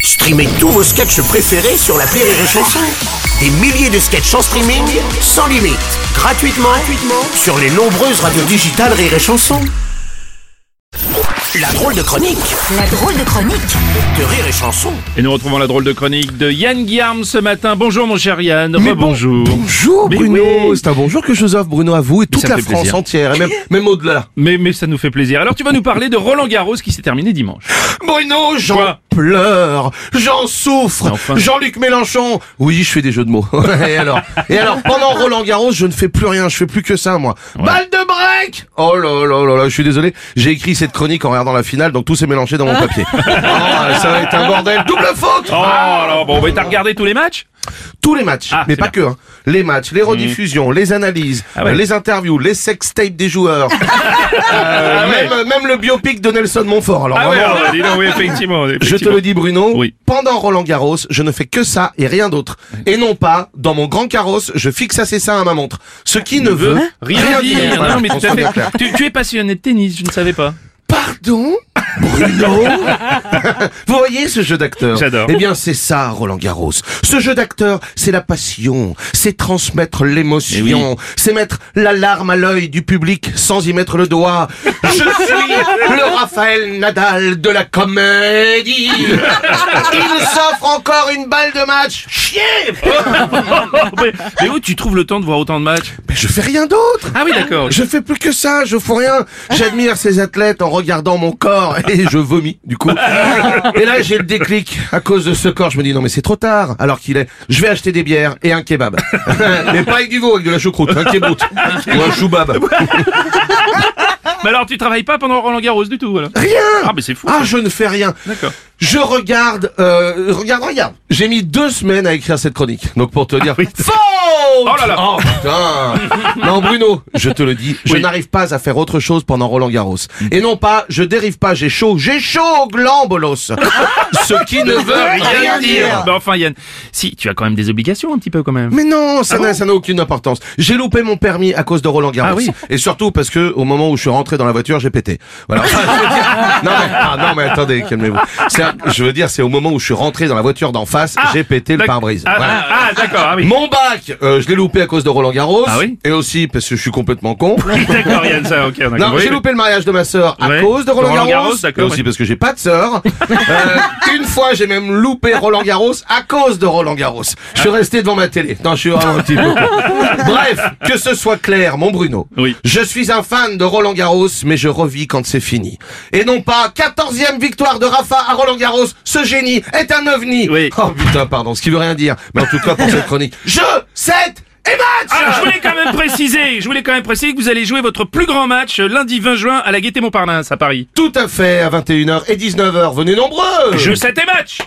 Streamez tous vos sketchs préférés sur la Rire et Chanson. Des milliers de sketchs en streaming, sans limite, gratuitement, gratuitement sur les nombreuses radios digitales Rire et Chanson. La drôle de chronique La drôle de chronique de Rire et Chanson. Et nous retrouvons la drôle de chronique de Yann Guillaume ce matin. Bonjour mon cher Yann, Mais bon- rebonjour. Bonjour Mais Bruno, oui. c'est un bonjour que je vous offre Bruno à vous et toute ça la fait France plaisir. entière et même, même au-delà. Mais, mais ça nous fait plaisir. Alors tu vas nous parler de Roland Garros qui s'est terminé dimanche. Bruno, j'en Quoi pleure, j'en souffre. Mais enfin. Jean-Luc Mélenchon. Oui, je fais des jeux de mots. et alors Et alors pendant Roland Garros, je ne fais plus rien, je fais plus que ça moi. Balle de break Oh là là là là, je suis désolé, j'ai écrit cette chronique en regardant la finale donc tout s'est mélangé dans mon papier. Oh, ça va être un bordel, double faute. Ah, Oh alors bon, mais t'as regardé tous les matchs Tous les matchs, Ah, mais c'est Mmh. pas que. hein. Les matchs, les rediffusions, les analyses, Ah ouais. euh, les interviews, les sex tapes des joueurs. Euh, même, même le biopic de Nelson Montfort. Alors Ah oui, vraiment, alors, dis donc, oui, effectivement. je te effectivement. le dis Bruno, Oui. pendant Roland Garros, je ne fais que ça et rien d'autre. Et non pas, dans mon grand carrosse, je fixe assez ça à ma montre. Ce qui ne veut Rien à dire. Hein? Voilà, Non, mais on tout à soit bien fait. clair. Tu, tu es passionné de tennis, je ne savais pas. Pardon Bruno Vous voyez ce jeu d'acteur J'adore. Eh bien c'est ça Roland Garros. Ce jeu d'acteur, c'est la passion, c'est transmettre l'émotion, c'est mettre la larme à l'œil du public sans y mettre le doigt. Je suis le Raphaël Nadal de la comédie. Il s'offre encore une balle de match. Chier Oh, mais, mais où tu trouves le temps de voir autant de matchs Mais je fais rien d'autre Ah oui, d'accord. Je fais plus que ça, je fous rien. J'admire ces athlètes en regardant mon corps et je vomis du coup. Et là j'ai le déclic. À cause de ce corps, je me dis non mais c'est trop tard. Alors qu'il est, je vais acheter des bières et un kebab. mais pas avec du veau, avec de la choucroute, un kebout ou un choubab. Mais alors tu travailles pas pendant Roland Garros du tout, voilà. Rien. Ah mais c'est fou. Ah ça. je ne fais rien. D'accord. Je regarde, euh, regarde, regarde. J'ai mis deux semaines à écrire cette chronique. Donc pour te dire. Ah oui. Faute Oh là là. Oh, putain Non Bruno, je te le dis, je Oui. Mm. n'arrive pas à faire autre chose pendant Roland Garros. Et non pas, je dérive pas, j'ai chaud, j'ai chaud au gland, bolos Ce qui ne veut rien dire Mais Ah, Bah, enfin Yann, si tu as quand même des obligations un petit peu quand même. mais non, ça n'a ça n'a aucune importance. J'ai loupé mon permis à cause de Roland Garros. Ah oui. Et surtout parce que au moment où je suis rentré dans la voiture, j'ai pété. Voilà. Enfin, je veux dire- non, mais, ah, non mais attendez, calmez-vous. C'est un- Je veux dire, c'est au moment où je suis rentré dans la voiture d'en face, Ah, j'ai pété le d'ac- pare-brise. Ah, Voilà. ah, ah, d'accord, ah oui. Mon bac, euh, je l'ai loupé à cause de Roland Garros. Ah oui. Et aussi parce que je suis complètement con. D'accord Yann, ça, ok, on a Non, compris. j'ai loupé le mariage de ma sœur à Ouais. cause de Roland, Roland Garros, Garros. d'accord, Et aussi ouais. parce que j'ai pas de sœur. Euh, une fois, j'ai même loupé Roland Garros à cause de Roland Garros. Je suis Ah. resté devant ma télé. Non, je suis vraiment un petit peu. con. Bref, que ce soit clair, mon Bruno. Oui. Je suis un fan de Roland Garros, mais je revis quand c'est fini. Et non pas 14e victoire de Rafa à Roland Garros. Ce génie est un ovni. Oui. Oh putain, pardon, ce qui veut rien dire. Mais en tout cas, pour cette chronique, je, 7 et match! Alors, Ah, je voulais quand même préciser, je voulais quand même préciser que vous allez jouer votre plus grand match euh, lundi 20 juin à la Gaîté Montparnasse à Paris. Tout à fait, à 21h et 19h, venez nombreux Je sais tes matchs